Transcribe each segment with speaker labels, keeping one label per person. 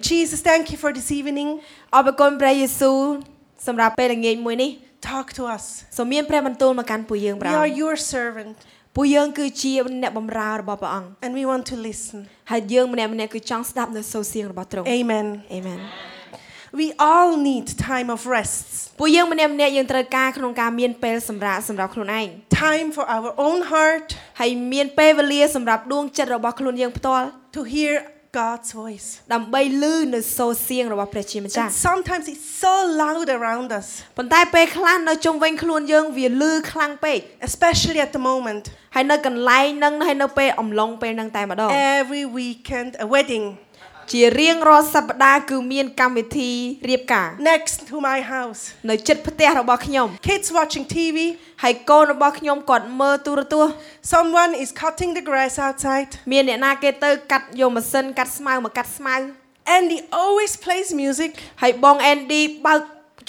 Speaker 1: Jesus, thank you for this evening.
Speaker 2: អរគុណព្រះយេស៊ូវសម្រាប់ពេលល្ងាចមួយនេះ
Speaker 1: Talk to us.
Speaker 2: សូមមានព្រះបន្ទូលមកកាន់ពួកយើង
Speaker 1: We
Speaker 2: ព្រះអ
Speaker 1: are
Speaker 2: ង្គ
Speaker 1: your servant
Speaker 2: ពួកយើងគឺជាអ្នកបម្រើរបស់ព្រះអង្គ
Speaker 1: and we want to listen.
Speaker 2: ហើយយើងម្នាក់ម្នាក់គឺចង់ស្ដាប់នៅសូរសៀងរបស់ទ្រង់
Speaker 1: Amen.
Speaker 2: អេមែន
Speaker 1: We all need time of rest,
Speaker 2: ពួកយើងម្នាក់ម្នាក់យើងត្រូវការក្នុងការមានពេលសម្រាប់សម្រាប់ខ្លួនឯង
Speaker 1: time for our own heart
Speaker 2: ហើយមានពេលវេលាសម្រាប់ដួងចិត្តរបស់ខ្លួនយើងផ្ទាល់
Speaker 1: to hear God's voice.
Speaker 2: ដើម្បីលឺនៅសូរសៀងរបស់ព្រះជាម្ចាស់
Speaker 1: And sometimes it's so loud around us,
Speaker 2: ប៉ុន្តែពេលខ្លះនៅជុំវិញខ្លួនយើងវាលឺខ្លាំងពេក
Speaker 1: especially at the moment.
Speaker 2: ហើយនៅកន្លែងហ្នឹងហើយនៅពេលអំឡុងពេលហ្នឹងតែម្ដ
Speaker 1: Oh.
Speaker 2: ង
Speaker 1: Every weekend, a wedding
Speaker 2: ជារៀងរាល់សប្ដាហ៍គឺមានកម្មវិធីរៀបការ
Speaker 1: next to my house.
Speaker 2: នៅចិត្តផ្ទះរបស់ខ្ញុំ
Speaker 1: Kids watching TV,
Speaker 2: ហើយកូនរបស់ខ្ញុំគាត់មើលទូរទស្សន៍
Speaker 1: someone is cutting the grass outside,
Speaker 2: មានអ្នកណាគេទៅកាត់យកម៉ាស៊ីនកាត់ស្មៅមកកាត់ស្មៅ
Speaker 1: and he always plays music,
Speaker 2: ហើយបងអេនឌីបើក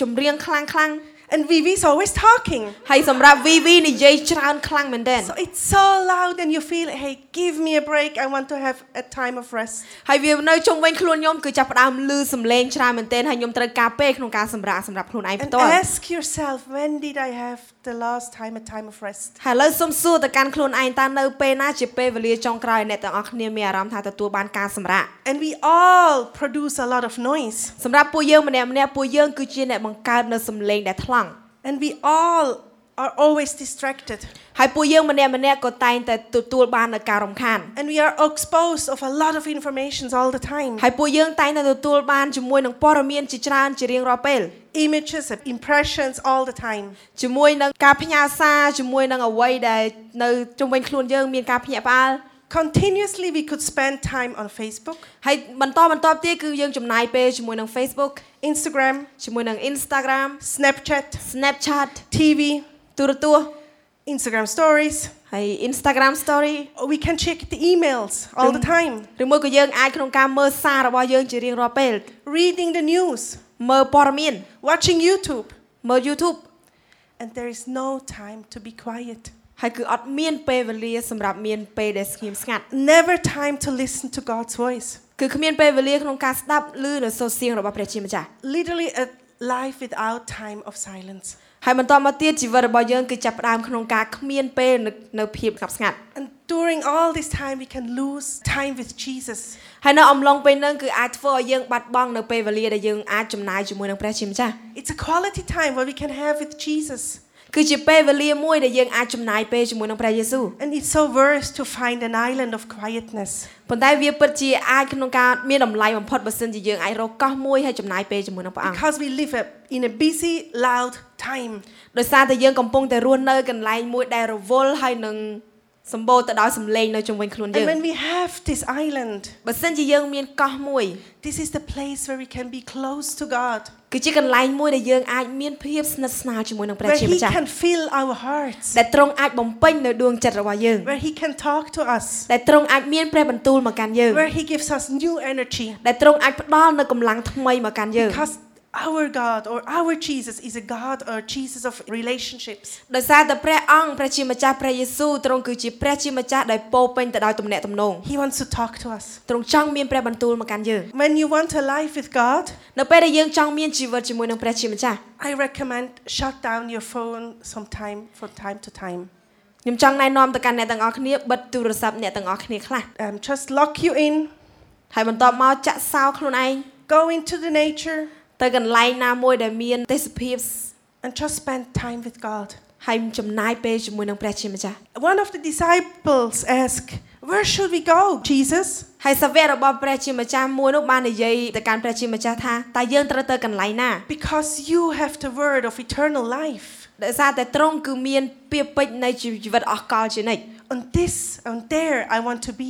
Speaker 2: ចម្រៀងខ្លាំងខ្លាំង
Speaker 1: and Vivi's always talking.
Speaker 2: ៗហើយសម្រាប់ VV និយាយច្រើនខ្លាំងមែនទែន
Speaker 1: So it's so loud, and you feel, hey, give me a break. I want to have a time of rest.
Speaker 2: ហើយវានៅជុំវិញខ្លួនខ្ញុំគឺចាប់ផ្ដើមលឺសំឡេងច្រើនមែនទែនហើយខ្ញុំត្រូវការពេលក្នុងការសម្រាកសម្រាប់ខ្លួនឯង
Speaker 1: And
Speaker 2: ផ្ទាល់
Speaker 1: ask yourself, when did I have the last time a time of rest?
Speaker 2: ហើយឥឡូវសូមសួរទៅកាន់ខ្លួនឯងតើនៅពេលណាជាពេលវេលាចុងក្រោយអ្នកទាំងអស់គ្នាមានអារម្មណ៍ថាទទួលបានការសម្រាក
Speaker 1: And we all produce a lot of noise,
Speaker 2: សម្រាប់ពួកយើងម្នាក់ម្នាក់ពួកយើងគឺជាអ្នកបង្កើតនៅសំឡេងដែលថ្លង់
Speaker 1: and we all are always distracted,
Speaker 2: ហើយពួកយើងម្នាក់ម្នាក់ក៏តែងតែទទួលបាននៅការរំខាន
Speaker 1: and we are exposed of a lot of informations all the time.
Speaker 2: ហើយពួកយើងតែងតែទទួលបានជាមួយនឹងព័ត៌មានជាច្រើនជារៀងរាល់ពេល
Speaker 1: Images, impressions all the time.
Speaker 2: ជាមួយនឹងការផ្ញើសារជាមួយនឹងអ្វីដែលនៅជុំវិញខ្លួនយើងមានការភ្ញាក់ផ្អើល
Speaker 1: Continuously, we could spend time on Facebook,
Speaker 2: ហើយបន្តបន្តទៀតគឺយើងចំណាយពេលជាមួយនឹង Facebook
Speaker 1: Instagram,
Speaker 2: ជាមួយនឹង Instagram
Speaker 1: Snapchat,
Speaker 2: Snapchat
Speaker 1: TV,
Speaker 2: ទូរទស្សន៍
Speaker 1: Instagram stories.
Speaker 2: ហើយ Instagram Story
Speaker 1: We can check the emails all the time,
Speaker 2: ឬមួយក៏យើងអាចក្នុងការមើលសាររបស់យើងជារៀងរាល់ពេល
Speaker 1: reading the news,
Speaker 2: មើលព័ត៌មាន
Speaker 1: watching YouTube,
Speaker 2: មើល YouTube
Speaker 1: and there is no time to be quiet.
Speaker 2: ហើយគឺអត់មានពេលវេលាសម្រាប់មានពេលដែលស្ងៀមស្ងាត់
Speaker 1: Never time to listen to God's voice.
Speaker 2: គឺគ្មានពេលវេលាក្នុងការស្ដាប់ឬនៅសូរសៀងរបស់ព្រះជាម្ចាស់
Speaker 1: Literally a life without time of silence.
Speaker 2: ហើយបន្តមកទៀតជីវិតរបស់យើងគឺចាប់ផ្ដើមក្នុងការគ្មានពេលនៅនៅភាពស្ងប់ស្ងាត់
Speaker 1: And during all this time, we can lose time with Jesus.
Speaker 2: ហើយនៅអំឡុងពេលហ្នឹងគឺអាចធ្វើឲ្យយើងបាត់បង់នៅពេលវេលាដែលយើងអាចចំណាយជាមួយនឹងព្រះជាម្ចាស់
Speaker 1: It's a quality time what we can have with Jesus.
Speaker 2: គឺជាពេលវេលាមួយដែលយើងអាចចំណាយពេលជាមួយនឹងព្រះយេស៊ូវ
Speaker 1: And it's so worth to find an island of quietness.
Speaker 2: ប៉ុន្តែវាពិតជាអាចក្នុងការមានតម្លៃបំផុតបើសិនជាយើងអាចរកកោះមួយហើយចំណាយពេលជាមួយនឹងព្រះអង្គ
Speaker 1: Because we live a, in a busy, loud time.
Speaker 2: ដោយសារតែយើងកំពុងតែរស់នៅកន្លែងមួយដែលរវល់ហើយនឹងសម្បូរទៅដោយសម្លេងនៅជុំវិញខ្លួនយើង
Speaker 1: And when we have this island,
Speaker 2: បើសិនជាយើងមានកោះមួយ
Speaker 1: this is the place where we can be close to God,
Speaker 2: គឺជាកន្លែងមួយដែលយើងអាចមានភាពស្និទ្ធស្នាលជាមួយនឹងព្រះ
Speaker 1: where
Speaker 2: ជា
Speaker 1: He
Speaker 2: ម្ចាស់
Speaker 1: can fill our hearts,
Speaker 2: ដែលទ្រង់អាចបំពេញនៅដួងចិត្តរបស់យើង
Speaker 1: where He can talk to us.
Speaker 2: ដែលទ្រង់អាចមានព្រះបន្ទូលមកកាន់យើង
Speaker 1: where he gives us new energy
Speaker 2: ដែលទ្រង់អាចផ្ដល់នូវកម្លាំងថ្មីមកកាន់យើង
Speaker 1: because our God or our Jesus is a God or Jesus of relationships.
Speaker 2: ដោយសារតែព្រះអង្គព្រះជាម្ចាស់ព្រះយេស៊ូវទ្រង់គឺជាព្រះជាម្ចាស់ដែលពោរពេញទៅដោយទំនាក់ទំនង
Speaker 1: He wants to talk to us.
Speaker 2: ទ្រង់ចង់មានព្រះបន្ទូលមកកាន់យើង
Speaker 1: When you want a life with God,
Speaker 2: នៅពេលដែលយើងចង់មានជីវិតជាមួយនឹងព្រះជាម្ចាស់
Speaker 1: I recommend shut down your phone sometime from time to time.
Speaker 2: ខ្ញុំចង់ណែនាំទៅកាន់អ្នកទាំងអស់គ្នាបិទទូរស័ព្ទអ្នកទាំងអស់គ្នាខ្លះ
Speaker 1: Um, just lock you in,
Speaker 2: ហើយបន្តមកចាក់សោខ្លួនឯង
Speaker 1: go into the nature,
Speaker 2: ទៅកន្លែងណាមួយដែលមានទេសភាពស្
Speaker 1: and just spend time with God.
Speaker 2: ហើយចំណាយពេលជាមួយនឹងព្រះជាម្ចាស់
Speaker 1: One of the disciples asked, "Where should we go, Jesus?"
Speaker 2: ហើយសាវករបស់ព្រះជាម្ចាស់មួយនោះបាននិយាយទៅកាន់ព្រះជាម្ចាស់ថាតើយើងត្រូវទៅកន្លែងណា
Speaker 1: Because you have the word of eternal life.
Speaker 2: ដោយសារតែទ្រង់គឺមានពាក្យពេចន៍នៃជីវិតអស់កលជានិច្ច
Speaker 1: On this, on there, I want to be,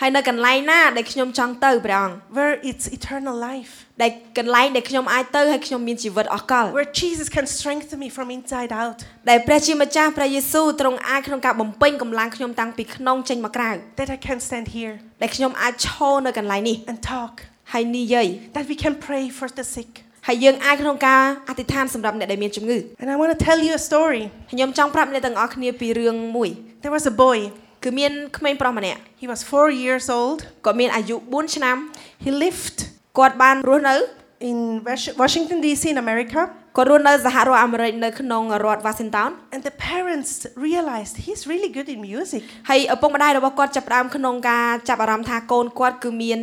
Speaker 2: ហើយនៅកន្លែងណាដែលខ្ញុំចង់ទៅព្រះអង្គ
Speaker 1: where it's eternal life,
Speaker 2: ដែលកន្លែងដែលខ្ញុំអាចទៅហើយខ្ញុំមានជីវិតអស់កល
Speaker 1: where Jesus can strengthen me from inside out,
Speaker 2: ដែលព្រះជាម្ចាស់ព្រះយេស៊ូវទ្រង់អាចក្នុងការបំពេញកម្លាំងខ្ញុំតាំងពីក្នុងចេញមកក្រៅ
Speaker 1: that I can stand here
Speaker 2: ដែលខ្ញុំអាចឈរនៅកន្លែងនេះ
Speaker 1: and talk,
Speaker 2: ហើយនិយាយ
Speaker 1: that we can pray for the sick.
Speaker 2: ហើយយើងអាចក្នុងការអធិដ្ឋានសម្រាប់អ្នកដែលមានជំងឺ
Speaker 1: And I want to tell you a story.
Speaker 2: ហើយខ្ញុំចង់ប្រាប់អ្នកទាំងអស់គ្នាពីរឿងមួយ
Speaker 1: There was a boy.
Speaker 2: គឺមានក្មេងប្រុសម្នាក់
Speaker 1: He was four years old.
Speaker 2: គាត់មានអាយុ4ឆ្នាំ
Speaker 1: He lived
Speaker 2: គាត់បានរស់នៅ
Speaker 1: in Wash- Washington, D.C., in America.
Speaker 2: គាត់រស់នៅសហរដ្ឋអាមេរិកនៅក្នុងរដ្ឋ Washington
Speaker 1: And the parents realized he's really good in music.
Speaker 2: ហើយឪពុកម្ដាយរបស់គាត់ចាប់ផ្ដើមក្នុងការចាប់អារម្មណ៍ថាកូនគាត់គឺមាន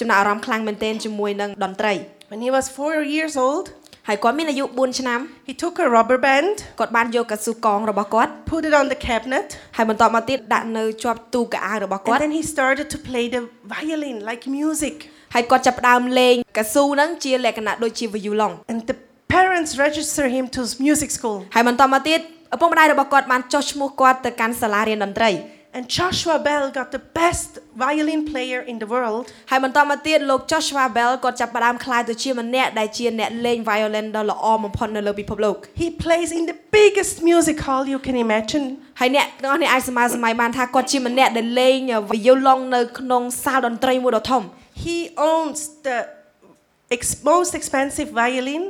Speaker 2: ចំណាប់អារម្មណ៍ខ្លាំងមែនទែនជាមួយនឹងតន្ត្រី
Speaker 1: When he was four years old,
Speaker 2: ហើយគាត់មានអាយុ4ឆ្នាំ
Speaker 1: he took a rubber band,
Speaker 2: គាត់បានយកកស៊ូកងរបស់គាត់
Speaker 1: put it on the cabinet,
Speaker 2: ហើយបន្តមកទៀតដាក់នៅជាប់ទូកៅអៅរបស់គាត់
Speaker 1: and then he started to play the violin like music.
Speaker 2: ហើយគាត់ចាប់ផ្ដើមលេងកស៊ូហ្នឹងជាលក្ខណៈដូចជា violon
Speaker 1: And the parents registered him to music school.
Speaker 2: ហើយបន្តមកទៀតឪពុកម្ដាយរបស់គាត់បានចុះឈ្មោះគាត់ទៅកាន់សាលារៀនតន្ត្រី
Speaker 1: And Joshua Bell got the best violin player in the world.
Speaker 2: ហើយបន្តមកទៀតលោក Joshua Bell គាត់ចាប់ផ្ដើមក្លាយទៅជាម្នាក់ដែលជាអ្នកលេង violin ដ៏ល្អបំផុតនៅលើពិភពលោក
Speaker 1: He plays in the biggest music hall you can imagine.
Speaker 2: ហើយអ្នកទាំងអស់នេះអាចសម័យសម័យបានថាគាត់ជាម្នាក់ដែលលេង violon នៅក្នុងសាលតន្ត្រីមួយដ៏ធំ
Speaker 1: He owns the ex- most expensive violin,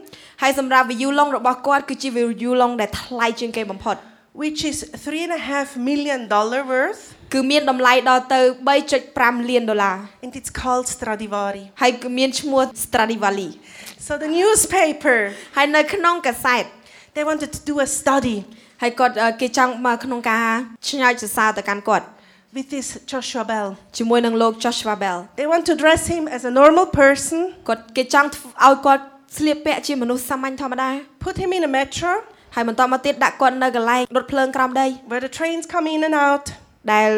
Speaker 2: ហើយសម្រាប់ violon របស់គាត់គឺជា violon ដែលថ្លៃជាងគេបំផុត
Speaker 1: which is three and a half million dollar worth,
Speaker 2: គឺមានតម្លៃដល់ទៅ3.5លានដុល្លារ
Speaker 1: and it's called Stradivari.
Speaker 2: ហើយគឺមានឈ្មោះ Stradivari
Speaker 1: So the newspaper
Speaker 2: ហើយនៅក្នុងកាសែត
Speaker 1: they wanted to do a study
Speaker 2: ហើយគាត់អឺគេចង់មកក្នុងការឆ្លើយសរសើរទៅកាន់គាត់
Speaker 1: with this Joshua Bell.
Speaker 2: ជាមួយនឹងលោក Joshua Bell
Speaker 1: They want to dress him as a normal person,
Speaker 2: គាត់គេចង់ធ្វើឲ្យគាត់ស្លៀកពាក់ជាមនុស្សសាមញ្ញធម្មតា
Speaker 1: put him in a metro
Speaker 2: ហើយបន្តមកទៀតដាក់គាត់នៅកន្លែងរត់ភ្លើងក្រោមដី
Speaker 1: where the trains come in and out,
Speaker 2: ដែល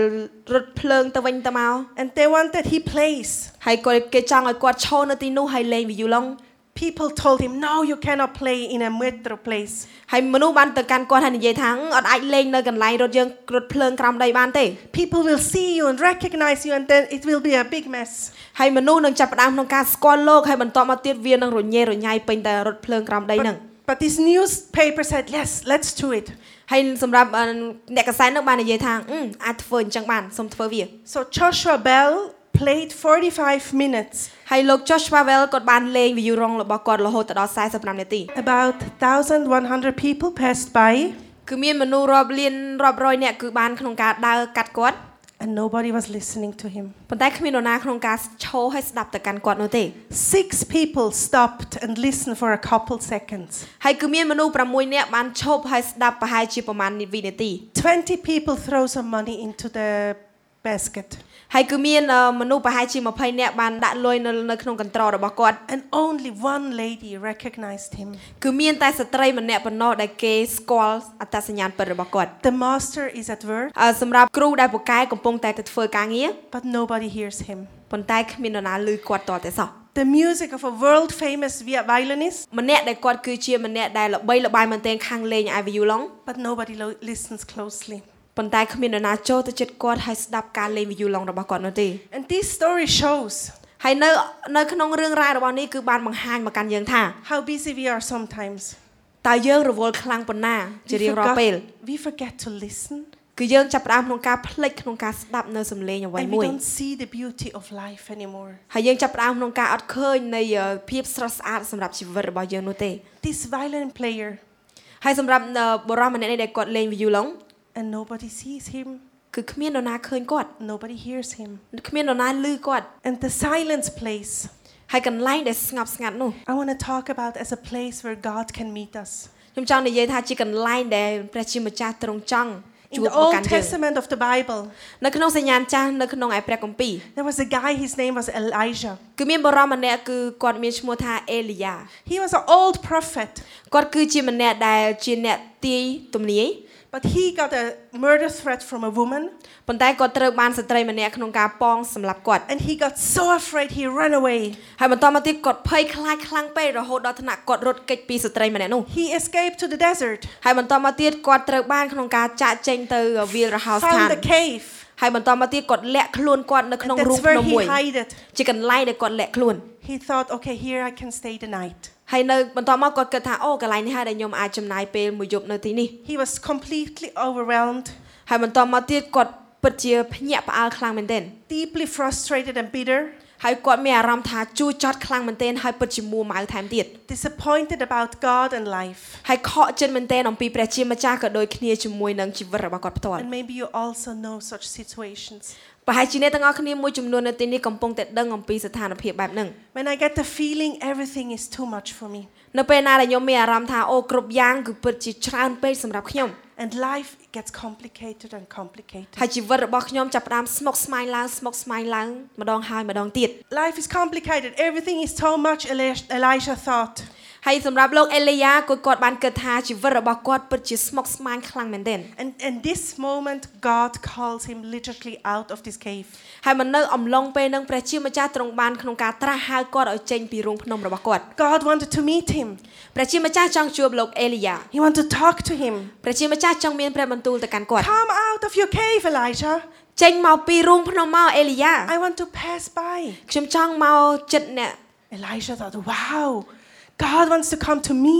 Speaker 2: រត់ភ្លើងទៅវិញទៅមក
Speaker 1: and they want that he plays.
Speaker 2: ហើយគាត់គេចង់ឲ្យគាត់ឈរនៅទីនោះហើយលេងវីយូឡុង
Speaker 1: People told him, "No, you cannot play in a metro place."
Speaker 2: ហើយមនុស្សបានទៅកាន់គាត់ហើយនិយាយថាអឺអត់អាចលេងនៅកន្លែងរត់យើងរត់ភ្លើងក្រោមដីបានទេ
Speaker 1: People will see you and recognize you, and then it will be a big mess.
Speaker 2: ហើយមនុស្សនឹងចាប់ផ្ដើមក្នុងការស្គាល់លោកហើយបន្តមកទៀតវានឹងរញ៉េរញ៉ៃពេញតែរត់ភ្លើងក្រោមដីហ្នឹង
Speaker 1: But, but this newspaper said, "Yes, let's do it."
Speaker 2: ហើយសម្រាប់អឺអ្នកកសែតនឹងបាននិយាយថាអឺអាចធ្វើអញ្ចឹងបានសូមធ្វើវា
Speaker 1: So Joshua Bell played 45 minutes,
Speaker 2: ហើយលោក Joshua Well គាត់បានលេងវីយូរងរបស់គាត់រហូតដល់45នាទី
Speaker 1: About 1,100 people passed by,
Speaker 2: គឺមានមនុស្សរាប់លានរាប់រយអ្នកគឺបានក្នុងការដើរកាត់គាត់
Speaker 1: and nobody was listening to him.
Speaker 2: ប៉ុន្តែគ្មាននរណាក្នុងការឈោហើយស្ដាប់ទៅកាន់គាត់នោះទេ
Speaker 1: Six people stopped and listened for a couple seconds.
Speaker 2: ហើយគឺមានមនុស្ស6នាក់បានឈប់ហើយស្ដាប់ប្រហែលជាប្រហែលនាវិនាទី
Speaker 1: 20 people throw some money into the basket,
Speaker 2: ហើយគឺមានអឺមនុស្សប្រហែលជា20នាក់បានដាក់លុយនៅនៅក្នុងកន្ត្ររបស់គាត់
Speaker 1: and only one lady recognized him.
Speaker 2: គឺមានតែស្ត្រីម្នាក់ប៉ុណ្ណោះដែលគេស្គាល់អត្តសញ្ញាណពិតរបស់គាត់
Speaker 1: The master is at work,
Speaker 2: អឺសម្រាប់គ្រូដែលពូកែកំពុងតែទៅធ្វើការងារ
Speaker 1: but nobody hears him.
Speaker 2: ប៉ុន្តែគ្មាននរណាឮគាត់តតែសោះ
Speaker 1: The music of a world famous violinist,
Speaker 2: ម្នាក់ដែលគាត់គឺជាម្នាក់ដែលល្បីល្បាញមែនទែនខាងលេង IVU ឡុង
Speaker 1: but nobody lo- listens closely.
Speaker 2: ប៉ុន្តែគ្មាននរណាចូលទៅជិតគាត់ហើយស្ដាប់ការលេង IVU ឡុងរបស់គាត់នោះទេ
Speaker 1: And this story shows
Speaker 2: ហើយនៅនៅក្នុងរឿងរ៉ាវរបស់នេះគឺបានបង្ហាញមកកាន់យើងថា
Speaker 1: how busy we are sometimes.
Speaker 2: តើយើងរវល់ខ្លាំងប៉ុណ្ណាជា
Speaker 1: We
Speaker 2: រៀងរាល់ពេល
Speaker 1: we forget to listen,
Speaker 2: គឺយើងចាប់ផ្ដើមក្នុងការផ្លេចក្នុងការស្ដាប់នៅសំឡេងអ្វី
Speaker 1: and
Speaker 2: មួ
Speaker 1: we
Speaker 2: យ
Speaker 1: don't see the beauty of life anymore.
Speaker 2: ហើយយើងចាប់ផ្ដើមក្នុងការអត់ឃើញនៃអឺភាពស្រស់ស្អាតសម្រាប់ជីវិតរបស់យើងនោះទេ
Speaker 1: This violin player,
Speaker 2: ហើយសម្រាប់អឺបុរសម្នាក់នេះដែលគាត់លេង IVU ឡុង
Speaker 1: and nobody sees him,
Speaker 2: គឺគ្មាននរណាឃើញគាត់
Speaker 1: nobody hears him.
Speaker 2: គ្មាននរណាឮគាត់
Speaker 1: And the silence place,
Speaker 2: ហើយកន្លែងដែលស្ងប់ស្ងាត់នោះ
Speaker 1: I want to talk about as a place where God can meet us.
Speaker 2: ខ្ញុំចង់និយាយថាជាកន្លែងដែលព្រះជាម្ចាស់ទ្រង់ចង់ជួ
Speaker 1: In
Speaker 2: ប
Speaker 1: the
Speaker 2: មកកា
Speaker 1: Old
Speaker 2: នយើង
Speaker 1: Testament of the Bible,
Speaker 2: នៅក្នុងសញ្ញាណចាស់នៅក្នុងឯព្រះគម្ពីរ
Speaker 1: there was a guy, his name was Elijah.
Speaker 2: គឺមានបរិមម្នាក់គឺគាត់មានឈ្មោះថាអេលីយ៉ា
Speaker 1: He was an old prophet,
Speaker 2: គាត់គឺជាម្នាក់ដែលជាអ្នកទាយទំនាយ
Speaker 1: But he got a murder threat from a woman,
Speaker 2: ប៉ុន្តែគាត់ត្រូវបានស្ត្រីម្នាក់ក្នុងការប៉ងសម្លាប់គាត់
Speaker 1: and he got so afraid he ran away.
Speaker 2: ហើយបន្តមកទៀតគាត់ភ័យខ្លាចខ្លាំងពេករហូតដល់ថ្នាក់គាត់រត់គេចពីស្ត្រីម្នាក់នោះ
Speaker 1: He escaped to the desert
Speaker 2: ហើយបន្តមកទៀតគាត់ត្រូវបានក្នុងការចាក់ចេញទៅវាលរហោស្ថាន
Speaker 1: found the cave.
Speaker 2: ហើយបន្តមកទៀតគាត់លាក់ខ្លួនគាត់នៅក្នុង
Speaker 1: and
Speaker 2: រូង
Speaker 1: that's where
Speaker 2: ភ្នំ
Speaker 1: he
Speaker 2: មួយ
Speaker 1: hid.
Speaker 2: ជាកន្លែងដែលគាត់លាក់ខ្លួន
Speaker 1: He thought, okay, here I can stay the night.
Speaker 2: ហើយនៅបន្តមកគាត់គិតថាអូកន្លែងនេះហើយដែលខ្ញុំអាចចំណាយពេលមួយយប់នៅទីនេះ
Speaker 1: He was completely overwhelmed,
Speaker 2: ហើយបន្តមកទៀតគាត់ពិតជាភ្ញាក់ផ្អើលខ្លាំងមែនទែន
Speaker 1: deeply frustrated and bitter,
Speaker 2: ហើយគាត់មានអារម្មណ៍ថាជួចចត់ខ្លាំងមែនទែនហើយពិតជាមួម៉ៅថែមទៀត
Speaker 1: disappointed about God and life.
Speaker 2: ហើយខកចិត្តមែនទែនអំពីព្រះជាម្ចាស់ក៏ដូចគ្នាជាមួយនឹងជីវិតរបស់គាត់ផ្ទាល់
Speaker 1: And maybe you also know such situations.
Speaker 2: ប្រហែលជាអ្នកទាំងអស់គ្នាមួយចំនួននៅទីនេះកំពុងតែដឹងអំពីស្ថានភាពបែបហ្នឹង
Speaker 1: When I get the feeling everything is too much for me
Speaker 2: នៅពេលណាដែលខ្ញុំមានអារម្មណ៍ថាអូគ្រប់យ៉ាងគឺពិតជាច្រើនពេកសម្រាប់ខ្ញុំ
Speaker 1: and life gets complicated and complicated.
Speaker 2: ហើយជីវិតរបស់ខ្ញុំចាប់ផ្ដើមស្មុគស្មាញឡើងស្មុគស្មាញឡើងម្ដងហើយម្ដងទៀត
Speaker 1: Life is complicated. Everything is so much, Eli- Elisha thought.
Speaker 2: ហើយសម្រាប់លោកអេលីយ៉ាគាត់គាត់បានគិតថាជីវិតរបស់គាត់ពិតជាស្មុគស្មាញខ្លាំងមែនទែន
Speaker 1: And in this moment, God calls him literally out of this cave.
Speaker 2: ហើយមិននៅអំឡុងពេលហ្នឹងព្រះជាម្ចាស់ទ្រង់បានក្នុងការត្រាស់ហៅគាត់ឲ្យចេញពីរូងភ្នំរបស់គាត់
Speaker 1: God wanted to meet him,
Speaker 2: ព្រះជាម្ចាស់ចង់ជួបលោកអេលីយ៉ា
Speaker 1: He wanted to talk to him.
Speaker 2: ព្រះជាម្ចាស់ចង់មានព្រះបន្ទូលទៅកាន់គាត់
Speaker 1: Come out of your cave, Elisha.
Speaker 2: ចេញមកពីរូងភ្នំមកអេលីយ៉ា
Speaker 1: I want to pass by.
Speaker 2: ខ្ញុំចង់មកចិត្តអ្នក
Speaker 1: Elisha thought, wow, God wants to come to me.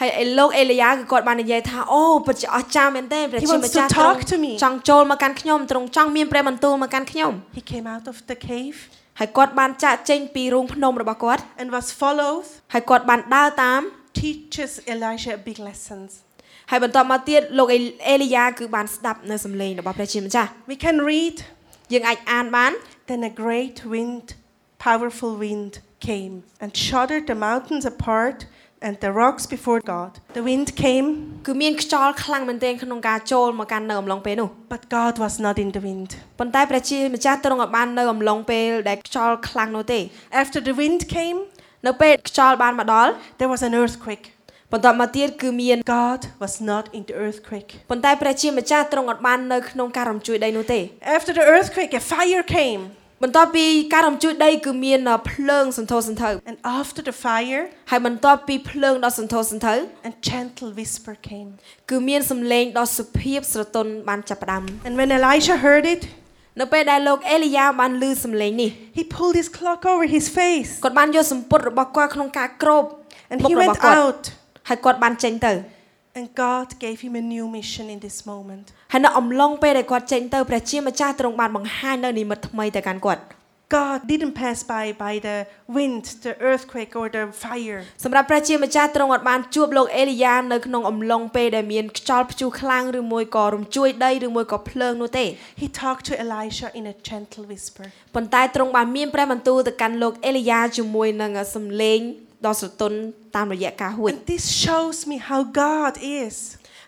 Speaker 2: ហើយឯលោកអេលីយ៉ាគឺគាត់បាននិយាយថាអូពិតជាអស្ចារ្យមែនទេព្រះ
Speaker 1: He
Speaker 2: ជា
Speaker 1: wants
Speaker 2: ម្ចាស់
Speaker 1: to
Speaker 2: ទ្រ
Speaker 1: talk
Speaker 2: ង់
Speaker 1: to me.
Speaker 2: ចង់ចូលមកកាន់ខ្ញុំទ្រង់ចង់មានព្រះបន្ទូលមកកាន់ខ្ញុំ
Speaker 1: He came out of the cave
Speaker 2: ហើយគាត់បានចាក់ចេញពីរូងភ្នំរបស់គាត់
Speaker 1: and was followed,
Speaker 2: ហើយគាត់បានដើរតាម
Speaker 1: teaches Elisha big lessons.
Speaker 2: ហើយបន្តមកទៀតលោកអេលីយ៉ាគឺបានស្ដាប់នៅសំឡេងរបស់ព្រះជាម្ចាស់
Speaker 1: We can read,
Speaker 2: យើងអាចអានបាន
Speaker 1: then a great wind, powerful wind came and shuddered the mountains apart and the rocks before God. The wind came,
Speaker 2: គឺមានខ្យល់ខ្លាំងមែនទែនក្នុងការចូលមកកាន់នៅអំឡុងពេលនោះ
Speaker 1: but God was not in the wind.
Speaker 2: ប៉ុន្តែព្រះជាម្ចាស់ទ្រង់ក៏បាននៅអំឡុងពេលដែលខ្យល់ខ្លាំងនោះទេ
Speaker 1: After the wind came,
Speaker 2: នៅពេលខ្យល់បានមកដល់
Speaker 1: there was an earthquake.
Speaker 2: បន្តមកទៀតគឺមាន
Speaker 1: God was not in the earthquake.
Speaker 2: ប៉ុន្តែព្រះជាម្ចាស់ទ្រង់អត់បាននៅក្នុងការរំជួយដីនោះទេ
Speaker 1: After the earthquake, a fire came.
Speaker 2: បន្ទាប់ពីការរំជួយដីគឺមានភ្លើងសន្ធោសន្ធៅ
Speaker 1: And after the fire,
Speaker 2: ហើយបន្ទាប់ពីភ្លើងដ៏សន្ធោសន្ធៅ
Speaker 1: a gentle whisper came.
Speaker 2: គឺមានសំឡេងដ៏សុភាពស្រទន់បានចាប់ផ្ដើម
Speaker 1: And when Elisha heard it,
Speaker 2: នៅពេលដែលលោកអេលីយ៉ាបានឮសំឡេងនេះ
Speaker 1: he pulled his cloak over his face
Speaker 2: គាត់បានយកសម្ពុតរបស់គាត់ក្នុងការគ្រប
Speaker 1: and
Speaker 2: មុខ
Speaker 1: he
Speaker 2: របស់
Speaker 1: went
Speaker 2: គាត់
Speaker 1: out.
Speaker 2: ហើយគាត់បានចេញទៅ
Speaker 1: And God gave him a new mission in this moment.
Speaker 2: ហើយនៅអំឡុងពេលដែលគាត់ចេញទៅព្រះជាម្ចាស់ទ្រង់បានបង្ហាញនៅនិមិត្តថ្មីទៅកាន់គាត់
Speaker 1: God didn't pass by by the wind, the earthquake, or the fire.
Speaker 2: សម្រាប់ព្រះជាម្ចាស់ទ្រង់អត់បានជួបលោកអេលីយ៉ានៅក្នុងអំឡុងពេលដែលមានខ្យល់ព្យុះខ្លាំងឬមួយក៏រំជួយដីឬមួយក៏ភ្លើងនោះទេ
Speaker 1: He talked to Elisha in a gentle whisper.
Speaker 2: ប៉ុន្តែទ្រង់បានមានព្រះបន្ទូលទៅកាន់លោកអេលីយ៉ាជាមួយនឹងសំឡេងដ៏ស្រទន់តាមរយៈការហួច
Speaker 1: And this shows me how God is.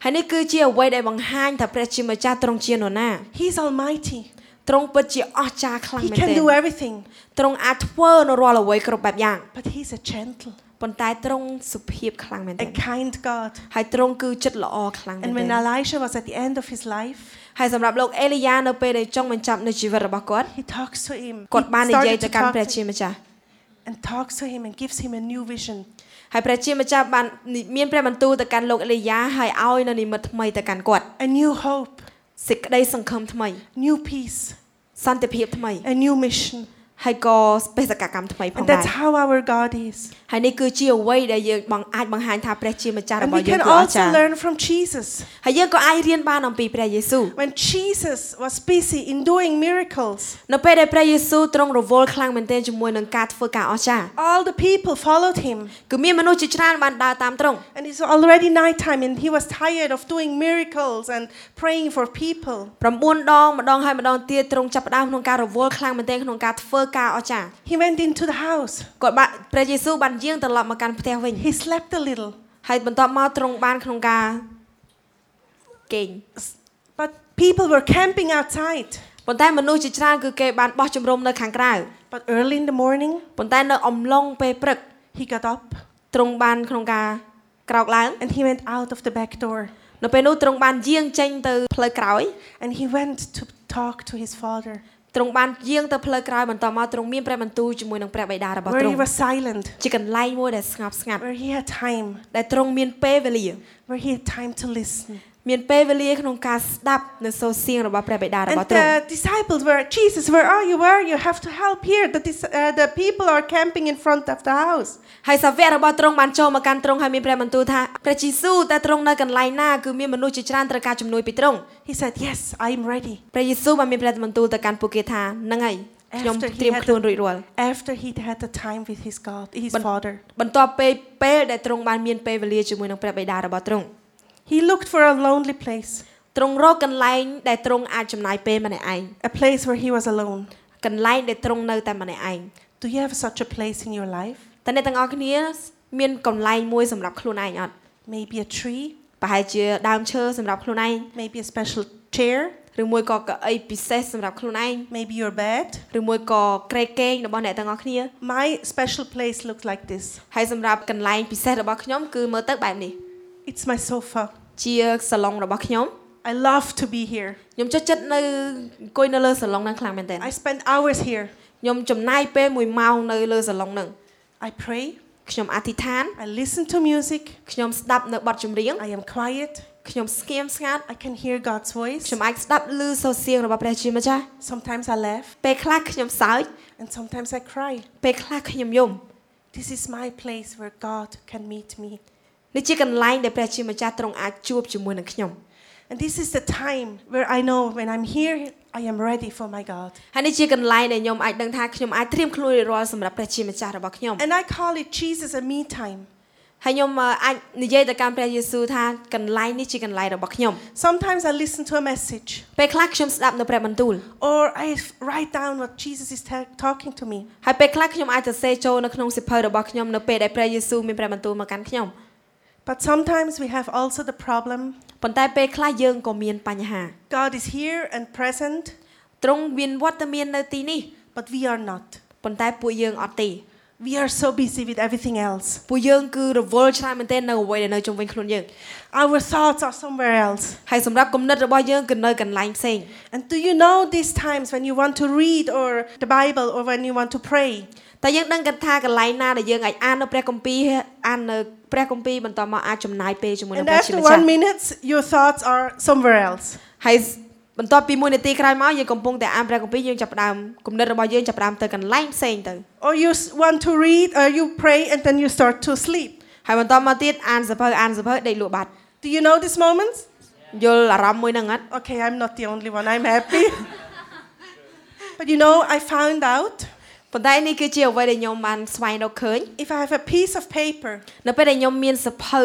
Speaker 2: ហើយនេះគឺជាអ្វីដែលបង្ហាញថាព្រះជាម្ចាស់ទ្រង់ជានរណា
Speaker 1: He's almighty.
Speaker 2: ទ្រង់ពិតជាអស្ចារ្យខ្លាំង
Speaker 1: He
Speaker 2: មែនទែ
Speaker 1: can
Speaker 2: ន
Speaker 1: do everything.
Speaker 2: ទ្រង់អាចធ្វើនៅរាល់អ្វីគ្រប់បែបយ៉ាង
Speaker 1: But he's a gentle,
Speaker 2: ប៉ុន្តែទ្រង់សុភាពខ្លាំងមែនទែ
Speaker 1: a
Speaker 2: ន
Speaker 1: kind God.
Speaker 2: ហើយទ្រង់គឺចិត្តល្អខ្លាំងមែ
Speaker 1: And
Speaker 2: ន
Speaker 1: when
Speaker 2: ទែន
Speaker 1: Elisha was at the end of his life,
Speaker 2: ហើយសម្រាប់លោកអេលីយ៉ានៅពេលដែលចង់បញ្ចប់នៅជីវិតរបស់គាត់
Speaker 1: he talks to him.
Speaker 2: គាត់
Speaker 1: He
Speaker 2: បាននិយាយ
Speaker 1: started
Speaker 2: ទៅ
Speaker 1: to
Speaker 2: កាន់
Speaker 1: talk
Speaker 2: ព្រះ
Speaker 1: to
Speaker 2: ជាម្ចាស់
Speaker 1: and talks to him and gives him a new vision.
Speaker 2: ហើយព្រះជាម្ចាស់បាននិមានព្រះបន្ទូលទៅកាន់លោកអេលីយ៉ាហើយឲ្យនៅនិមិត្តថ្មីទៅកាន់គាត់
Speaker 1: A new hope,
Speaker 2: សេចក្តីសង្ឃឹមថ្មី
Speaker 1: new peace,
Speaker 2: សន្តិភាពថ្មី
Speaker 1: a new mission.
Speaker 2: ហើយក៏បេសកកម្មថ្មីផង
Speaker 1: And
Speaker 2: ដែរ
Speaker 1: that's how our God is.
Speaker 2: ហើយនេះគឺជាអ្វីដែលយើងបង្អាចបង្ហាញថាព្រះជាម្ចាស់
Speaker 1: And
Speaker 2: របស់
Speaker 1: we
Speaker 2: យើង
Speaker 1: can
Speaker 2: គឺអស្ចា
Speaker 1: also
Speaker 2: រ្យ
Speaker 1: learn from Jesus.
Speaker 2: ហើយយើងក៏អាចរៀនបានអំពីព្រះយេស៊ូវ
Speaker 1: When Jesus was busy in doing miracles,
Speaker 2: នៅពេលដែលព្រះយេស៊ូវទ្រង់រវល់ខ្លាំងមែនទែនជាមួយនឹងការធ្វើការអស្ចារ្យ
Speaker 1: all the people followed him.
Speaker 2: គឺមានមនុស្សជាច្រើនបានដើរតាមទ្រង់
Speaker 1: And it's already nighttime, and he was tired of doing miracles and praying for people.
Speaker 2: 9ដងម្ដងហើយម្ដងទៀតទ្រង់ចាប់ផ្ដើមក្នុងការរវល់ខ្លាំងមែនទែនក្នុងការធ្វើការអស្ចារ្យ
Speaker 1: He went into the house.
Speaker 2: គាត់បានព្រះយេស៊ូវបានយាងត្រឡប់មកកាន់ផ្ទះវិញ
Speaker 1: He slept a little.
Speaker 2: ហើយបន្ទាប់មកទ្រង់បានក្នុងការគេង
Speaker 1: But people were camping outside.
Speaker 2: ប៉ុន្តែមនុស្សជាច្រើនគឺគេបានបោះជំរំនៅខាងក្រៅ
Speaker 1: But early in the morning,
Speaker 2: ប៉ុន្តែនៅអំឡុងពេលព្រឹក
Speaker 1: he got up
Speaker 2: ទ្រង់បានក្នុងការក្រោកឡើង
Speaker 1: and he went out of the back door.
Speaker 2: នៅពេលនោះទ្រង់បានយាងចេញទៅផ្លូវក្រោយ
Speaker 1: and he went to talk to his father,
Speaker 2: ទ្រង់បានយាងទៅផ្លូវក្រោយបន្តមកទ្រង់មានព្រះបន្ទូលជាមួយនឹងព្រះបិតារបស់
Speaker 1: where
Speaker 2: ទ្រ
Speaker 1: he
Speaker 2: ង់
Speaker 1: was silent,
Speaker 2: ជាកន្លែងមួយដែលស្ងប់ស្ងាត់
Speaker 1: where he had time,
Speaker 2: ដែលទ្រង់មានពេលវេលា
Speaker 1: where he had time to listen.
Speaker 2: មានពេលវេលាក្នុងការស្ដាប់នៅសូរសៀងរបស់ព្រះបិតារ
Speaker 1: And
Speaker 2: របស់ទ្រង់
Speaker 1: the disciples were, Jesus, where are you? Where are you? Have to help here. The, dis- uh, the people are camping in front of the house.
Speaker 2: ហើយសាវករបស់ទ្រង់បានចូលមកកាន់ទ្រង់ហើយមានព្រះបន្ទូលថាព្រះជីស៊ូតែទ្រង់នៅកន្លែងណាគឺមានមនុស្សជាច្រើនត្រូវការជំនួយពីទ្រង់
Speaker 1: He said, Yes, I'm ready.
Speaker 2: ព្រះយេស៊ូវបានមានព្រះបន្ទូលទៅកាន់ពួកគេថាហ្នឹងហើយខ្ញុំ
Speaker 1: After he
Speaker 2: ត្រៀម
Speaker 1: had-
Speaker 2: ខ្លួនរួចរាល់
Speaker 1: After he had the time with his God, his
Speaker 2: But-
Speaker 1: father,
Speaker 2: បន្ទាប់ពេលពេលដែលទ្រង់បានមានពេលវេលាជាមួយនឹងព្រះបិតារបស់ទ្រង់
Speaker 1: he looked for a lonely place,
Speaker 2: ទ្រង់រកកន្លែងដែលទ្រង់អាចចំណាយពេលម្នាក់ឯង
Speaker 1: a place where he was alone.
Speaker 2: កន្លែងដែលទ្រង់នៅតែម្នាក់ឯង
Speaker 1: Do you have such a place in your life?
Speaker 2: តើអ្នកទាំងអស់គ្នាមានកន្លែងមួយសម្រាប់ខ្លួនឯងអត់
Speaker 1: Maybe a tree,
Speaker 2: ប្រហែលជាដើមឈើសម្រាប់ខ្លួនឯង
Speaker 1: maybe a special chair,
Speaker 2: ឬមួយក៏កៅអីពិសេសសម្រាប់ខ្លួនឯង
Speaker 1: maybe your bed.
Speaker 2: ឬមួយក៏ក្រែកគេងរបស់អ្នកទាំងអស់គ្នា
Speaker 1: My special place looks like this
Speaker 2: ហើយសម្រាប់កន្លែងពិសេសរបស់ខ្ញុំគឺមើលទៅបែបនេះ
Speaker 1: it's my sofa.
Speaker 2: ជាសាឡុងរបស់ខ្ញុំ
Speaker 1: I love to be here.
Speaker 2: ខ្ញុំចូលចិត្តនៅអង្គុយនៅលើសាឡុងហ្នឹងខ្លាំងមែនទែន
Speaker 1: I spend hours here.
Speaker 2: ខ្ញុំចំណាយពេល1ម៉ោងនៅលើសាឡុងហ្នឹង
Speaker 1: I pray,
Speaker 2: ខ្ញុំអធិដ្ឋាន
Speaker 1: I listen to music,
Speaker 2: ខ្ញុំស្ដាប់នៅបទចម្រៀង
Speaker 1: I am quiet,
Speaker 2: ខ្ញុំស្ងៀមស្ងាត់
Speaker 1: I can hear God's voice.
Speaker 2: ខ្ញុំអាចស្ដាប់ឮសូរសៀងរបស់ព្រះជាម្ចាស់
Speaker 1: Sometimes I laugh
Speaker 2: ពេលខ្លះខ្ញុំសើច
Speaker 1: and sometimes I cry.
Speaker 2: ពេលខ្លះខ្ញុំយំ
Speaker 1: This is my place where God can meet me.
Speaker 2: នេះជាកន្លែងដែលព្រះជាម្ចាស់ទ្រង់អាចជួបជាមួយនឹងខ្ញុំ
Speaker 1: And this is the time where I know when I'm here, I am ready for my God.
Speaker 2: ហើយនេះជាកន្លែងដែលខ្ញុំអាចដឹងថាខ្ញុំអាចត្រៀមខ្លួនរួចរាល់សម្រាប់ព្រះជាម្ចាស់របស់ខ្ញុំ
Speaker 1: And I call it Jesus a me time.
Speaker 2: ហើយខ្ញុំអឺអាចនិយាយទៅកាន់ព្រះយេស៊ូវថាកន្លែងនេះជាកន្លែងរបស់ខ្ញុំ
Speaker 1: Sometimes I listen to a message
Speaker 2: ពេលខ្លះខ្ញុំស្ដាប់នៅព្រះបន្ទូល
Speaker 1: or I f- write down what Jesus is ta- talking to me.
Speaker 2: ហើយពេលខ្លះខ្ញុំអាចសរសេរចូលនៅក្នុងសៀវភៅរបស់ខ្ញុំនៅពេលដែលព្រះយេស៊ូវមានព្រះបន្ទូលមកកាន់ខ្ញុំ
Speaker 1: But sometimes we have also the problem
Speaker 2: ប៉ុន្តែពេលខ្លះយើងក៏មានបញ្ហា
Speaker 1: God is here and present,
Speaker 2: ទ្រង់មានវត្តមាននៅទីនេះ
Speaker 1: but we are not.
Speaker 2: ប៉ុន្តែពួកយើងអត់ទេ
Speaker 1: We are so busy with everything else.
Speaker 2: ពួកយើងគឺរវល់ច្រើនមែនទែននៅអ្វីដែលនៅជុំវិញខ្លួនយើង
Speaker 1: Our thoughts are somewhere else.
Speaker 2: ហើយសម្រាប់គំនិតរបស់យើងគឺនៅកន្លែងផ្សេង
Speaker 1: And do you know these times when you want to read or the Bible or when you want to pray?
Speaker 2: តែយើងដឹងគាត់ថាកន្លែងណាដែលយើងអាចអាននៅព្រះគម្ពីរអាននៅព្រះគម្ពីរបន្តមកអាចចំណាយពេលជាមួយនឹង
Speaker 1: And
Speaker 2: ព្រះជា
Speaker 1: after
Speaker 2: ម្ចាស់
Speaker 1: one minute, your thoughts are somewhere else.
Speaker 2: ហើយបន្ទាប់ពីមួយនាទីក្រោយមកយើងកំពុងតែអានព្រះគម្ពីរយើងចាប់ផ្ដើមគំនិតរបស់យើងចាប់ផ្ដើមទៅកន្លែងផ្សេងទៅ
Speaker 1: Or you s- want to read or you pray and then you start to sleep.
Speaker 2: ហើយបន្តមកទៀតអានសៀវភៅអានសៀវភៅដេកលក់បាត់
Speaker 1: Do you know these moments?
Speaker 2: យល់អារម្មណ៍មួយហ្នឹងអត់
Speaker 1: Okay, I'm not the only one, I'm happy. but you know, I found out
Speaker 2: ប៉ុន្តែនេះគឺជាអ្វីដែលខ្ញុំបានស្វែងរកឃើញ
Speaker 1: if I have a piece of paper
Speaker 2: នៅពេលដែលខ្ញុំមានសៀវភៅ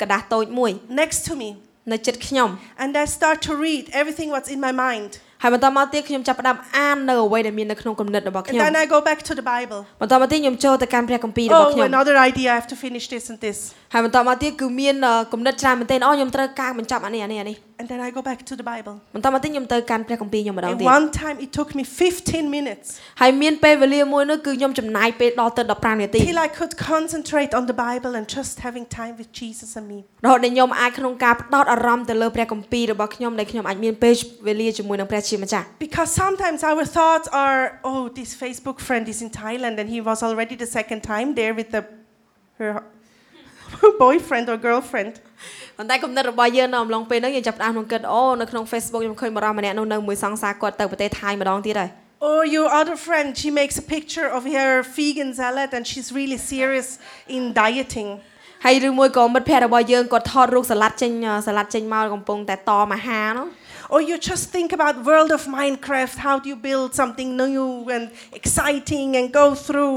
Speaker 2: กระดาษតូចមួយ
Speaker 1: next to me
Speaker 2: នៅចិត្តខ្ញុំ
Speaker 1: and I start to read everything what's in my mind,
Speaker 2: ហើយបន្តមកទៀតខ្ញុំចាប់ផ្ដើមអាននៅអ្វីដែលមាននៅក្នុងគំនិតរបស់
Speaker 1: and
Speaker 2: ខ្ញុំ
Speaker 1: then I go back to the Bible.
Speaker 2: បន្តមកទៀតខ្ញុំចូលទៅកាន់ព្រះគម្ពីររបស់
Speaker 1: Oh,
Speaker 2: ខ្ញុំ
Speaker 1: another idea, I have to finish this and this.
Speaker 2: ហើយបន្តមកទៀតគឺមានអឺគំនិតច្រើនមែនទែនអូខ្ញុំត្រូវការបញ្ចប់អានេះអានេះអានេះ
Speaker 1: And then I go back to the Bible.
Speaker 2: បន្តមកទៀតខ្ញុំទៅកាន់ព្រះគម្ពីរខ្ញុំម្ដង
Speaker 1: And
Speaker 2: ទៀត
Speaker 1: one time it took me 15 minutes
Speaker 2: ហើយមានពេលវេលាមួយនោះគឺខ្ញុំចំណាយពេលដល់ទៅ15នាទី
Speaker 1: till I could concentrate on the Bible and just having time with Jesus and me.
Speaker 2: រហូតដល់ខ្ញុំអាចក្នុងការផ្ដោតអារម្មណ៍ទៅលើព្រះគម្ពីររបស់ខ្ញុំដែលខ្ញុំអាចមានពេលវេលាជាមួយនឹងព្រះជាម្ចាស់
Speaker 1: Because sometimes our thoughts are, oh, this Facebook friend is in Thailand and he was already the second time there with the, her boyfriend or girlfriend.
Speaker 2: ប៉ុន្តែគំនិតរបស់យើងនៅអំឡុងពេលហ្នឹងយើងចាប់ផ្ដើមក្នុងគិតអូនៅក្នុង Facebook ខ្ញុំឃើញបរិមម្នាក់នោះនៅមួយសង្សារគាត់ទៅប្រទេសថៃម្ដងទៀតហើយ
Speaker 1: Or "Oh, your other friend, she makes a picture of her vegan salad and she's really serious in dieting.
Speaker 2: ហើយឬមួយក៏មិត្តភ័ក្តិរបស់យើងគាត់ថតរូបសាឡាត់ចេញអឺសាឡាត់ចេញមកកំពុងតែតមអាហារនោះ
Speaker 1: Or you just think about world of Minecraft, how do you build something new and exciting and go through.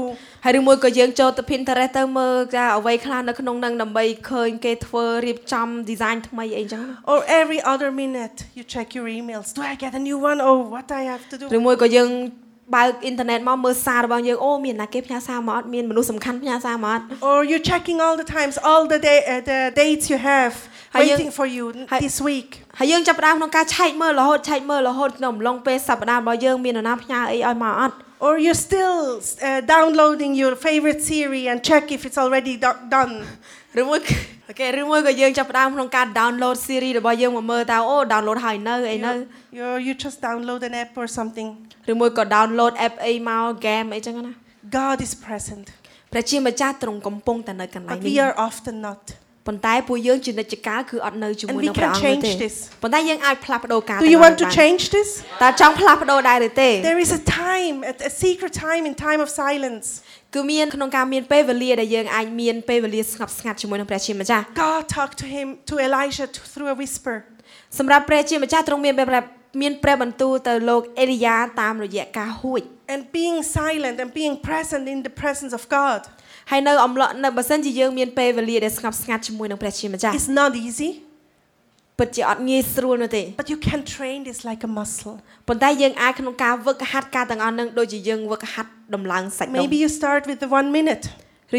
Speaker 2: ហើយឬមួយក៏យើងចូលទៅ Pinterest ទៅមើលថាអ្វីខ្លះនៅក្នុងហ្នឹងដើម្បីឃើញគេធ្វើរៀបចំ design ថ្មីអីចឹង
Speaker 1: Or every other minute you check your emails. Do I get a new one? Oh, what I have to do?
Speaker 2: ឬមួយក៏យើងបើកអ៊ីនធឺណិតមកមើលសាររបស់យើងអូមានណាគេផ្ញើសារមកអត់មានមនុស្សសំខាន់ផ្ញើសារមកអត់
Speaker 1: Or you're checking all the times, all the, day, uh, the dates you have
Speaker 2: Hai dương-
Speaker 1: waiting for you n-
Speaker 2: hai-
Speaker 1: this week.
Speaker 2: ហើយយើងចាប់ផ្ដើមក្នុងការឆែកមើលរហូតឆែកមើលរហូតក្នុងអំឡុងពេលសប្ដាហ៍របស់យើងមាននរណាផ្ញើអីឲ្យមកអត់
Speaker 1: Or you're still uh, downloading your favorite series and check if it's already do- done.
Speaker 2: ឬមួយអូខេឬមួយក៏យើងចាប់ផ្ដើមក្នុងការ download series របស់យើងមកមើលតើអូ download ហើយនៅអីនៅ
Speaker 1: You, you just download an app or something.
Speaker 2: ឬមួយក៏ download app អីមក game អីចឹងណា
Speaker 1: God is present,
Speaker 2: ព្រះជាម្ចាស់ទ្រង់កំពុងតែនៅកន្លែង
Speaker 1: but
Speaker 2: នេះ
Speaker 1: we are often not.
Speaker 2: ប៉ុន្តែពួកយើងជានិច្ចកាលគឺអត់នៅជាមួយ
Speaker 1: And we
Speaker 2: នឹងព្រះអង្គ
Speaker 1: can change
Speaker 2: ទេ
Speaker 1: this.
Speaker 2: ប៉ុន្តែយើងអាចផ្លាស់ប្ដូរការ
Speaker 1: Do you want to change this?
Speaker 2: តើចង់ផ្លាស់ប្ដូរដែរឬទេ
Speaker 1: There is a time, a, a secret time in time of silence.
Speaker 2: គឺមានក្នុងការមានពេលវេលាដែលយើងអាចមានពេលវេលាស្ងប់ស្ងាត់ជាមួយនឹងព្រះជាម្ចាស់
Speaker 1: God talked to him, to Elijah, t- through a whisper.
Speaker 2: សម្រាប់ព្រះជាម្ចាស់ទ្រង់មានព្រះមានព្រះបន្ទូលទៅលោកអេលីយ៉ាតាមរយៈការហួច
Speaker 1: And being silent and being present in the presence of God
Speaker 2: ហើយនៅអំឡុងនៅបើសិនជាយើងមានពេលវេលាដែលស្ងប់ស្ងាត់ជាមួយនឹងព្រះជាម្ចាស់
Speaker 1: is not easy,
Speaker 2: ពិតជាអត់ងាយស្រួលនោះទេ
Speaker 1: but you can train this like a muscle.
Speaker 2: ប៉ុន្តែយើងអាចក្នុងការវឹកហាត់ការទាំងអស់នឹងដូចជាយើងវឹកហាត់ដំឡើងសាច់ដុំ
Speaker 1: Maybe you start with the one minute,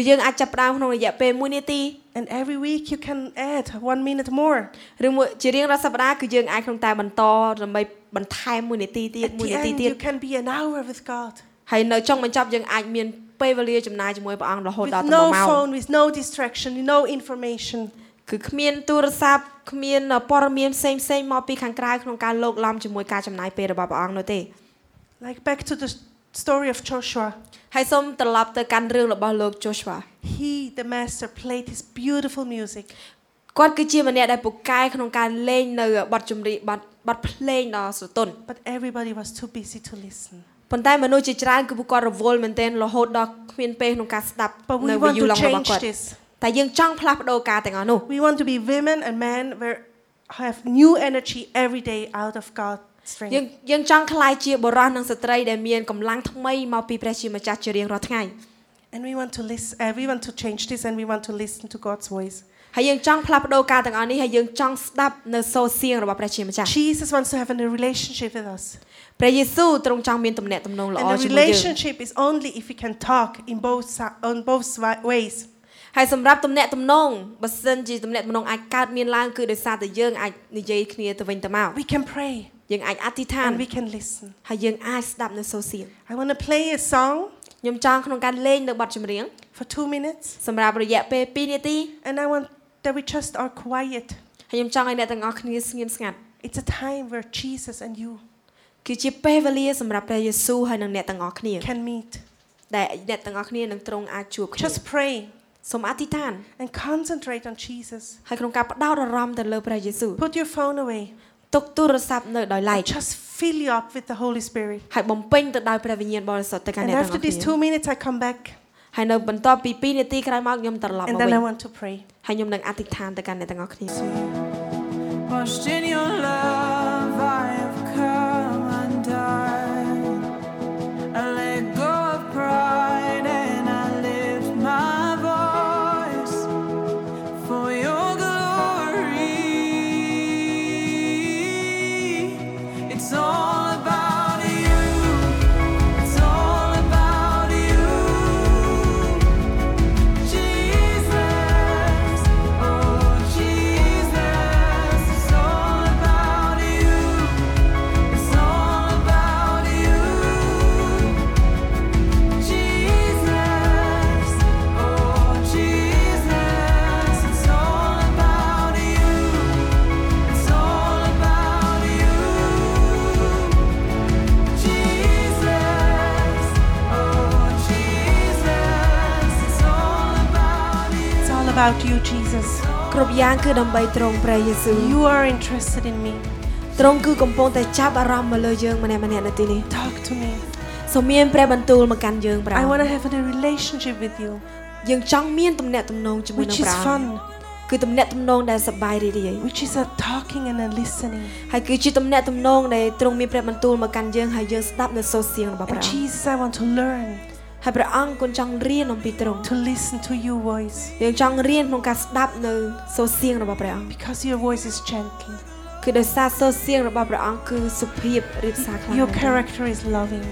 Speaker 2: ឬយើងអាចចាប់ផ្ដើមក្នុងរយៈពេល1នាទី
Speaker 1: and every week you can add one minute more.
Speaker 2: ឬមួយជារៀងរាល់សប្តាហ៍គឺយើងអាចក្នុងតែបន្តដើម្បីបន្ថែម1នាទីទៀត
Speaker 1: At
Speaker 2: 1
Speaker 1: the
Speaker 2: នាទី
Speaker 1: end,
Speaker 2: ទៀត
Speaker 1: you can be an hour with God.
Speaker 2: ហើយនៅចុងបញ្ចប់យើងអាចមានពេលវេលាចំណាយជាមួយព្រះអង្គរហូត
Speaker 1: With
Speaker 2: ដល់ដល់
Speaker 1: no
Speaker 2: ម៉ោង
Speaker 1: phone, with no distraction, no information.
Speaker 2: គឺគ្មានទូរស័ព្ទគ្មានព័ត៌មានផ្សេងផ្សេងៗមកពីខាងក្រៅក្នុងការលោកឡំជាមួយការចំណាយពេលរបស់ព្រះអង្គនោះទេ
Speaker 1: Like back to the s- story of Joshua.
Speaker 2: ហើយសូមត្រឡប់ទៅកាន់រឿងរបស់លោក Joshua
Speaker 1: He, the master, played his beautiful music.
Speaker 2: គាត់គឺជាម្នាក់ដែលពូកែក្នុងការលេងនៅបទចម្រៀងបទបទភ្លេងដ៏ស្រទន់
Speaker 1: But everybody was too busy to listen.
Speaker 2: ប៉ុន្តែមនុស្សជាច្រើនគឺពួកគាត់រវល់មែនទែនរហូតដល់គ្មានពេលក្នុងការស្ដាប់
Speaker 1: But we
Speaker 2: នៅ
Speaker 1: want
Speaker 2: យូ
Speaker 1: to
Speaker 2: ឡងរបស់
Speaker 1: change
Speaker 2: គាត់
Speaker 1: this.
Speaker 2: តែយើងចង់ផ្លាស់ប្ដូរការទាំងអស់នោះ
Speaker 1: We want to be women and men who have new energy every day out of God's
Speaker 2: យើង
Speaker 1: strength.
Speaker 2: យើងចង់ក្លាយជាបុរសនិងស្ត្រីដែលមានកម្លាំងថ្មីមកពីព្រះជាម្ចាស់ជារៀងរាល់ថ្ងៃ
Speaker 1: And we want to listen. Uh, we want to change this, and we want to listen to God's voice.
Speaker 2: ហើយយើងចង់ផ្លាស់ប្ដូរការទាំងអស់នេះហើយយើងចង់ស្ដាប់នៅសូរសៀងរបស់ព្រះជាម្ចាស់
Speaker 1: Jesus wants to have a relationship with us,
Speaker 2: ព្រះយេស៊ូវទ្រង់ចង់មានទំនាក់ទំនងល្អ
Speaker 1: and a
Speaker 2: ជាមួយយើង
Speaker 1: relationship is only if we can talk in both si- on both si- ways.
Speaker 2: ហើយសម្រាប់ទំនាក់ទំនងបើសិនជាទំនាក់ទំនងអាចកើតមានឡើងគឺដោយសារតែយើងអាចនិយាយគ្នាទៅវិញទៅមក
Speaker 1: We can pray
Speaker 2: យើងអាចអធិដ្ឋាន
Speaker 1: and we can listen.
Speaker 2: ហើយយើងអាចស្ដាប់នៅសូរសៀង
Speaker 1: I want to play a song
Speaker 2: ខ្ញុំចង់ក្នុងការលេងនៅបទចម្រៀង
Speaker 1: for two minutes,
Speaker 2: សម្រាប់រយៈពេល2នាទី
Speaker 1: and I want that we just are quiet.
Speaker 2: ហើយខ្ញុំចង់ឲ្យអ្នកទាំងអស់គ្នាស្ងៀមស្ងាត់
Speaker 1: It's a time where Jesus and you
Speaker 2: គឺជាពេលវេលាសម្រាប់ព្រះយេស៊ូវហើយនិងអ្នកទាំងអស់គ្នា
Speaker 1: can meet.
Speaker 2: ដែលអ្នកទាំងអស់គ្នានឹងទ្រង់អាចជួបគ្នា
Speaker 1: Just pray
Speaker 2: សូមអធិដ្ឋាន
Speaker 1: and concentrate on Jesus.
Speaker 2: ហើយក្នុងការផ្ដោតអារម្មណ៍ទៅលើព្រះយេស៊ូវ
Speaker 1: Put your phone away.
Speaker 2: ទុកទូរស័ព្ទនៅដោយឡែក
Speaker 1: Just fill you up with the Holy Spirit.
Speaker 2: ហើយបំពេញទៅដោយព្រះវិញ្ញាណបរិសុទ្ធទៅកាន់
Speaker 1: And
Speaker 2: អ្នកទាំងអ
Speaker 1: after
Speaker 2: ស់គ្នា
Speaker 1: these two minutes, I come back
Speaker 2: ហើយនៅបន្ទាប់ពី2នាទីក្រោយមកខ្ញុំត្រឡប់មក
Speaker 1: and
Speaker 2: វិញ
Speaker 1: then I want to pray.
Speaker 2: ហើយខ្ញុំនឹងអធិដ្ឋានទៅកាន់អ្នកទាំងអស់គ្នា
Speaker 3: Washed in your love, I have come undone. I let go of pride and I lift my voice for your glory. It's all about you. It's all about you. Jesus, oh Jesus, it's all about you. It's all about you. Jesus, oh Jesus, it's all about you. It's all about you. Jesus, oh Jesus, it's all about you.
Speaker 1: It's all about you, Jesus.
Speaker 2: គ្រប់យ៉ាងគឺដើម្បីទ្រង់ព្រះយេស៊ូវ
Speaker 1: You are interested in me.
Speaker 2: ទ្រង់គឺកំពុងតែចាប់អារម្មណ៍មកលើយើងម្នាក់ៗនៅទីនេះ
Speaker 1: Talk to me.
Speaker 2: សូមមានព្រះបន្ទូលមកកាន់យើងព្រះអ
Speaker 1: I
Speaker 2: ង្គ
Speaker 1: want to have a relationship with you,
Speaker 2: យើងចង់មានទំនាក់ទំនងជាមួយនឹង
Speaker 1: which is
Speaker 2: ព្រះអង្គ
Speaker 1: fun,
Speaker 2: គឺទំនាក់ទំនងដែលសប្បាយរីករាយ
Speaker 1: which is a talking and a listening.
Speaker 2: ហើយគឺជាទំនាក់ទំនងដែលទ្រង់មានព្រះបន្ទូលមកកាន់យើងហើយយើងស្ដាប់នៅសូរសៀងរបស់ព្រះអ
Speaker 1: And
Speaker 2: ង្គ
Speaker 1: Jesus, I want to learn
Speaker 2: ហើយព្រះអង្គគង់ចង់រៀនអំពីទ្រង់
Speaker 1: to listen to your voice
Speaker 2: យើងចង់រៀនក្នុងការស្ដាប់នៅសូរសៀងរបស់ព្រះអង្គ
Speaker 1: because your voice is gentle.
Speaker 2: គឺដោយសារសូរសៀងរបស់ព្រះអង្គគឺសុភាពរាបសារខ្លាំង
Speaker 1: Your
Speaker 2: មែនទែន
Speaker 1: character is loving.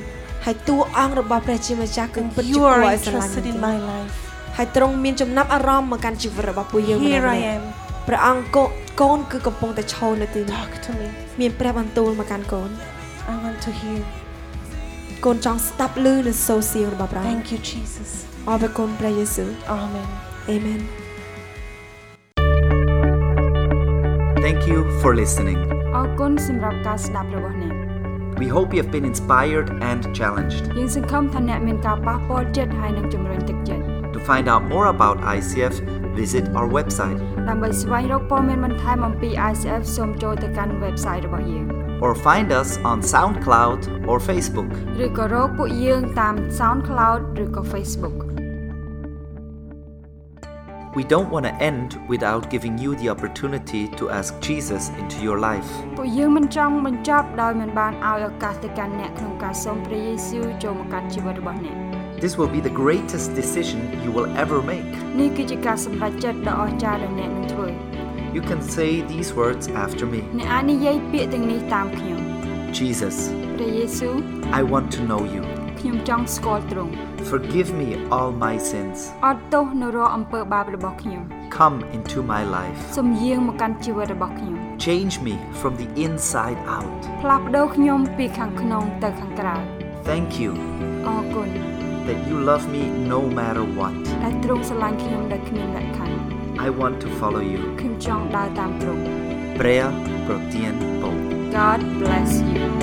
Speaker 2: ហើយតួអង្គរបស់ព្រះជាម្ចាស់គឺ
Speaker 1: And
Speaker 2: ពិតជា
Speaker 1: you
Speaker 2: គួរ
Speaker 1: are
Speaker 2: ឲ្យស្រឡាញ់មែ
Speaker 1: interested in
Speaker 2: នទែន
Speaker 1: my life.
Speaker 2: ហើយទ្រង់មានចំណាប់អារម្មណ៍មកកាន់ជីវិតរបស់ពួកយើងម្នាក់
Speaker 1: Here I
Speaker 2: ៗ
Speaker 1: am.
Speaker 2: ព្រះអង្គកូនកូនគឺកំពុងតែឈរនៅទីនេះ
Speaker 1: Talk to me.
Speaker 2: មានព្រះបន្ទូលមកកាន់កូន
Speaker 1: I want to hear.
Speaker 2: កូនចង់ស្ដាប់ឮនូវសូរសៀងរបស់ព្រះអង្គ
Speaker 1: Thank you, Jesus.
Speaker 2: អរគុណព្រះយេស៊ូវ
Speaker 1: Amen.
Speaker 2: អេមែន
Speaker 4: Thank you for listening.
Speaker 5: អរគុណសម្រាប់ការស្ដាប់របស់អ្នក
Speaker 4: We hope you have been inspired and challenged.
Speaker 5: យើងសង្ឃឹមថាអ្នកមានការប៉ះពាល់ចិត្តហើយនឹងជំរុញទឹកចិត្ត
Speaker 4: To find out more about ICF, visit our website
Speaker 5: ដើម្បីស្វែងរកព័ត៌មានបន្ថែមអំពី ICF សូមចូលទៅកាន់ website របស់យើង
Speaker 4: or find us on SoundCloud or Facebook.
Speaker 5: ឬក៏រកពួកយើងតាម SoundCloud ឬក៏ Facebook
Speaker 4: We don't want to end without giving you the opportunity to ask Jesus into your life.
Speaker 5: ពួកយើងមិនចង់បញ្ចប់ដោយមិនបានឲ្យឱកាសទៅកាន់អ្នកក្នុងការសូមព្រះយេស៊ូវចូលមកកាន់ជីវិតរបស់អ្នក
Speaker 4: This will be the greatest decision you will ever make.
Speaker 5: នេះគឺជាការសម្រេចចិត្តដ៏អស្ចារ្យដែលអ្នកនឹងធ្វើ
Speaker 4: You can say these words after me
Speaker 5: អ្នកអាចនិយាយពាក្យទាំងនេះតាមខ្ញុំ
Speaker 4: Jesus,
Speaker 5: ព្រះយេស៊ូវ
Speaker 4: I want to know you.
Speaker 5: ខ្ញុំចង់ស្គាល់ទ្រង់
Speaker 4: Forgive me all my sins.
Speaker 5: អត់ទោសនៅរាល់អំពើបាបរបស់ខ្ញុំ
Speaker 4: Come into my life.
Speaker 5: សូមយាងមកកាន់ជីវិតរបស់ខ្ញុំ
Speaker 4: Change me from the inside out.
Speaker 5: ផ្លាស់ប្ដូរខ្ញុំពីខាងក្នុងទៅខាងក្រៅ
Speaker 4: Thank you
Speaker 5: អរគុណ
Speaker 4: that you love me no matter what.
Speaker 5: ដែលទ្រង់ស្រឡាញ់ខ្ញុំដោយគ្មានលក្ខខណ្ឌ
Speaker 4: I want to follow you.
Speaker 5: ខ្ញុំចង់ដើរតាមទ្រង់
Speaker 4: Prea pro tiempo.
Speaker 5: God bless you